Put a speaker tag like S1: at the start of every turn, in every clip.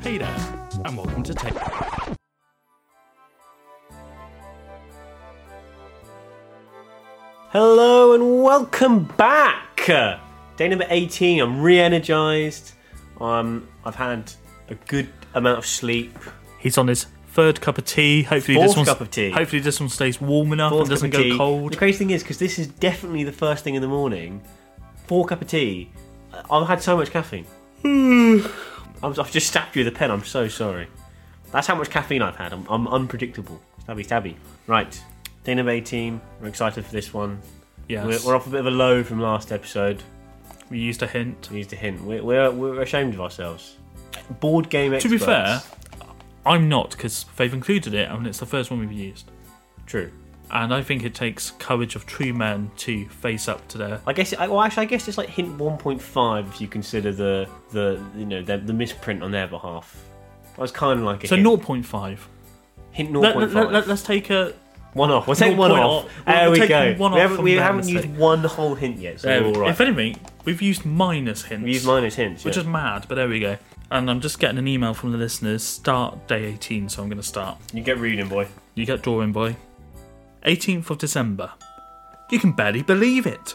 S1: Peter, and welcome to Tech.
S2: Hello and welcome back. Day number 18. I'm re energized. Um, I've had a good amount of sleep.
S1: He's on his third cup of tea. Hopefully,
S2: Fourth
S1: this one,
S2: cup of tea.
S1: Hopefully, this one stays warm enough
S2: Fourth
S1: and doesn't
S2: cup of
S1: go
S2: tea.
S1: cold.
S2: The crazy thing is, because this is definitely the first thing in the morning, four cup of tea. I- I've had so much caffeine. I'm, I've just stabbed you with a pen. I'm so sorry. That's how much caffeine I've had. I'm, I'm unpredictable. Stabby, stabby. Right. Day number 18. We're excited for this one.
S1: Yes.
S2: We're, we're off a bit of a low from last episode.
S1: we used a hint.
S2: We used a hint. We're, we're, we're ashamed of ourselves. Board game
S1: To
S2: experts.
S1: be fair, I'm not because they've included it and it's the first one we've used.
S2: True.
S1: And I think it takes courage of true men to face up to their.
S2: I guess. I, well, actually, I guess it's like hint 1.5 if you consider the the you know the, the misprint on their behalf. That was kind of like a
S1: So
S2: hint.
S1: 0.5.
S2: hint
S1: Let,
S2: 0.5.
S1: us take a.
S2: one off. We'll take one
S1: 0.0.
S2: off.
S1: We'll
S2: There we
S1: take
S2: go.
S1: one
S2: we
S1: off
S2: haven't,
S1: from
S2: we
S1: their
S2: haven't
S1: mistake.
S2: used one whole hint yet, so we're all right.
S1: If anything, we've used minus hints.
S2: we use minus hints.
S1: which
S2: yeah.
S1: is mad, but there we go. And I'm just getting an email from the listeners. Start day 18, so I'm going to start.
S2: you get reading, boy.
S1: You get drawing, boy. 18th of December. You can barely believe it.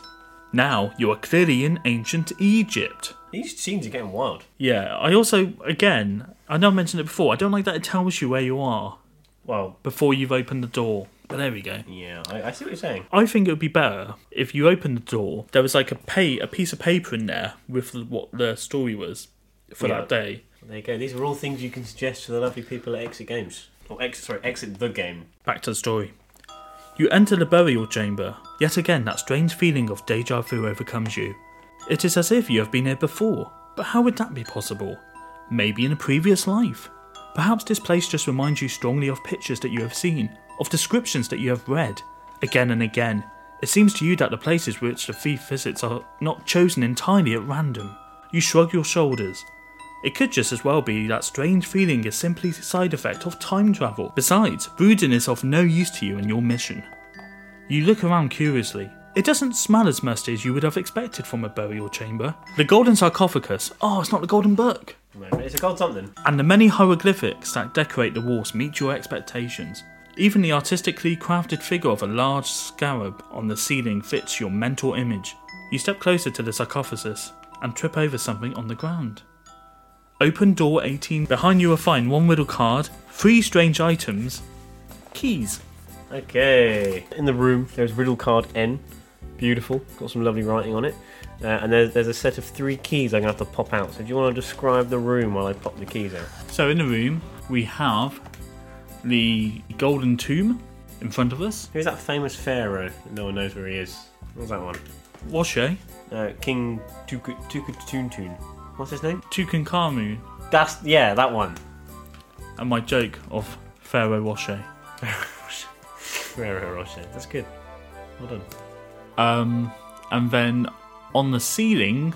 S1: Now you are clearly in ancient Egypt.
S2: These scenes are getting wild.
S1: Yeah, I also, again, I know I mentioned it before, I don't like that it tells you where you are
S2: Well,
S1: before you've opened the door. But there we go.
S2: yeah, I, I see what you're saying.
S1: I think it would be better if you opened the door. There was like a pay, a piece of paper in there with the, what the story was for
S2: Yeah.
S1: that day.
S2: There you go. These are all things you can suggest to the lovely people at Exit Games. Or Exit, sorry, Exit the Game.
S1: Back to the story. You enter the burial chamber. Yet again, that strange feeling of deja vu overcomes you. It is as if you have been here before, but how would that be possible? Maybe in a previous life. Perhaps this place just reminds you strongly of pictures that you have seen, of descriptions that you have read, again and again. It seems to you that the places which the thief visits are not chosen entirely at random. You shrug your shoulders, it could just as well be that strange feeling is simply a side effect of time travel. Besides, brooding is of no use to you in your mission. You look around curiously. It doesn't smell as musty as you would have expected from a burial chamber. The golden sarcophagus, oh, it's not the golden book,
S2: No, but it's a gold something.
S1: and the many hieroglyphics that decorate the walls meet your expectations. Even the artistically crafted figure of a large scarab on the ceiling fits your mental image. You step closer to the sarcophagus and trip over something on the ground. Open door 18. Behind you will find one riddle card, three strange items, keys.
S2: Okay. In the room, there's riddle card N. Beautiful. Got some lovely writing on it. Uh, and there's, there's a set of three keys I'm going to have to pop out. So do you want to describe the room while I pop the keys out?
S1: So in the room, we have the golden tomb in front of us.
S2: Who's that famous pharaoh? that No one knows where he is. What's that one?
S1: Washe,
S2: Uh, King Tukutun. What's his name?
S1: Tutankamun,
S2: That's, yeah, that one.
S1: and my joke of Pharaoh Washe.
S2: Pharaoh Roche. That's good. Well done.
S1: Um, and then on the ceiling,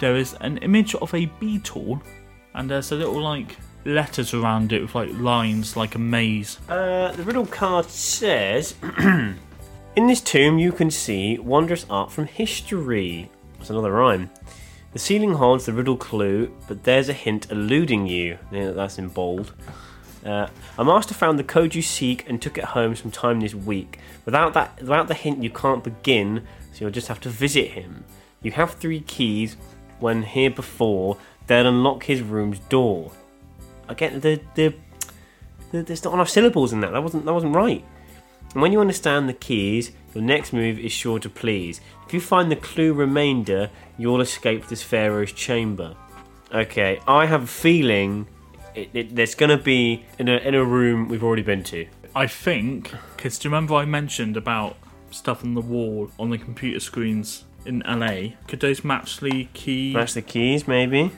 S1: there is an image of a beetle, and there's a little like letters around it with like lines like a maze.
S2: Uh, the riddle card says In this tomb you can see wondrous art from history. That's another rhyme. The ceiling holds the riddle clue, but there's a hint eluding you. Yeah, that's in bold. Uh, a master found the code you seek and took it home sometime this week. Without that, without the hint, you can't begin, so you'll just have to visit him. You have three keys. When here before, they'll unlock his room's door. I get the the there- there's not enough syllables in that. That wasn't that wasn't right. And when you understand the keys, your next move is sure to please. If you find the clue remainder, you'll escape this pharaoh's chamber. Okay, I have a feeling it, it, there's going to be in a in a room we've already been to.
S1: I think, because do you remember I mentioned about stuff on the wall on the computer screens in LA? Could those match the key?
S2: Match the keys, maybe.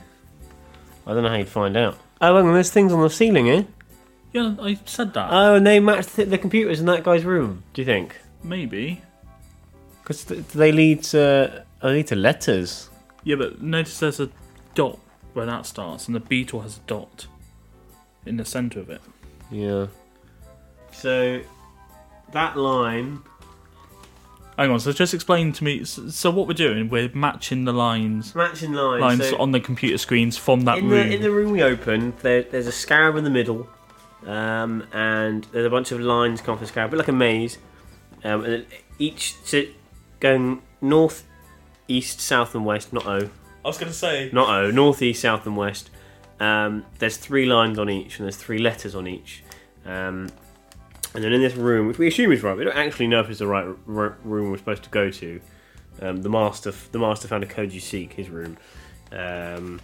S2: I don't know how you'd find out. Oh, hang on, there's things on the ceiling, eh?
S1: Yeah, I said that.
S2: Oh, and they match the, the computers in that guy's room. Do you think?
S1: Maybe.
S2: Because they lead to they lead to letters.
S1: Yeah, but notice there's a dot where that starts, and the beetle has a dot in the center of it.
S2: Yeah. So that line
S1: Hang on, so just explain to me. s- So what we're doing? We're matching the lines
S2: Matching lines.
S1: lines
S2: so
S1: on the computer screens from that
S2: in,
S1: room.
S2: the, in the room we open, there, there's a scarab in the middle, um, and there's a bunch of lines coming off the scarab, a bit like a maze. Um, and it- each so going north, east, south, and west. Not O.
S1: I was going to say.
S2: Not O. North, east, south, and west. Um, there's three lines on each, and there's three letters on each. Um, and then in this room, which we assume is right, we don't actually know if it's the right r- r- room we're supposed to go to. Um, the master, f- the master found a code you seek. His room. Um,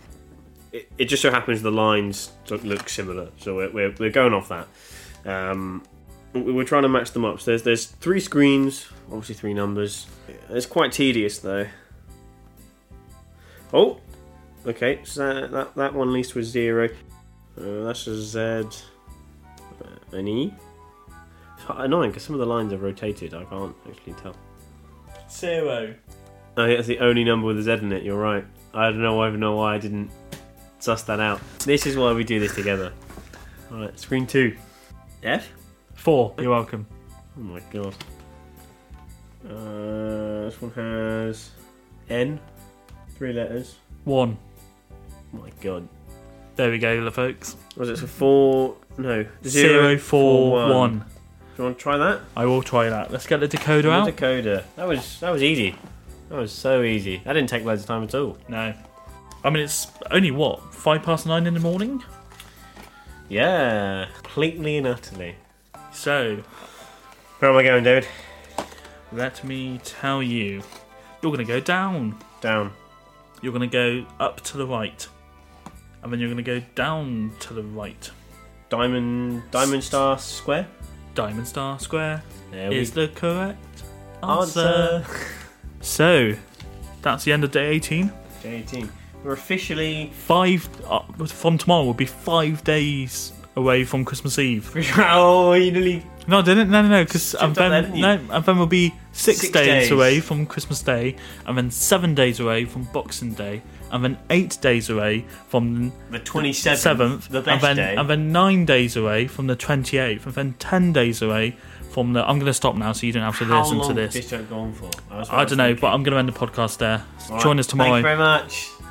S2: it, it just so happens the lines don't look similar, so we're, we're, we're going off that. Um, we- we're trying to match them up. So there's there's three screens, obviously three numbers. It's quite tedious though. Oh, okay. So that that, that one at least was zero. Uh, that's a Z, uh, an E. It's quite annoying because some of the lines are rotated. I can't actually tell.
S1: Zero.
S2: Oh, yeah, that's the only number with a Z in it. You're right. I don't know. I don't know why I didn't suss that out. This is why we do this together. All right, screen two. F.
S1: Four. You're welcome.
S2: Oh my god. Uh, this one has N. Three letters.
S1: One.
S2: Oh my god.
S1: There we go, folks.
S2: Was it so four? No.
S1: Zero, four, one.
S2: Do you want to try that?
S1: I will try that. Let's get the decoder
S2: The
S1: out.
S2: Decoder. That was that was easy. That was so easy. That didn't take loads of time at all.
S1: No. I mean, it's only what five past nine in the morning.
S2: Yeah. Completely and utterly.
S1: So
S2: Where am I going, David?
S1: let me tell you, you're gonna go down.
S2: Down.
S1: You're gonna go up to the right, and then you're gonna go down to the right.
S2: Diamond Diamond Star Square.
S1: Diamond Star Square
S2: There
S1: is the correct answer.
S2: answer.
S1: So that's the end of day 18.
S2: Day 18. We're officially
S1: Five uh, from tomorrow will be five days away from Christmas Eve.
S2: Oh, you nearly
S1: No, I didn't. No, no, no. Because and
S2: Jumped up there,
S1: then
S2: didn't you?
S1: no, and then we'll be six,
S2: Six
S1: days,
S2: days.
S1: away from Christmas Day, and then seven days away from Boxing Day, and then eight days away from
S2: the twenty
S1: the seventh,
S2: the
S1: and
S2: best
S1: then
S2: day.
S1: and then nine days away from the twenty eighth, and then ten days away from the. I'm going to stop now, so you don't have to
S2: How
S1: listen
S2: long
S1: to
S2: did
S1: this.
S2: this joke go on for?
S1: I don't know, but I'm going to end the podcast there.
S2: Alright,
S1: Join us tomorrow.
S2: Thank you very much.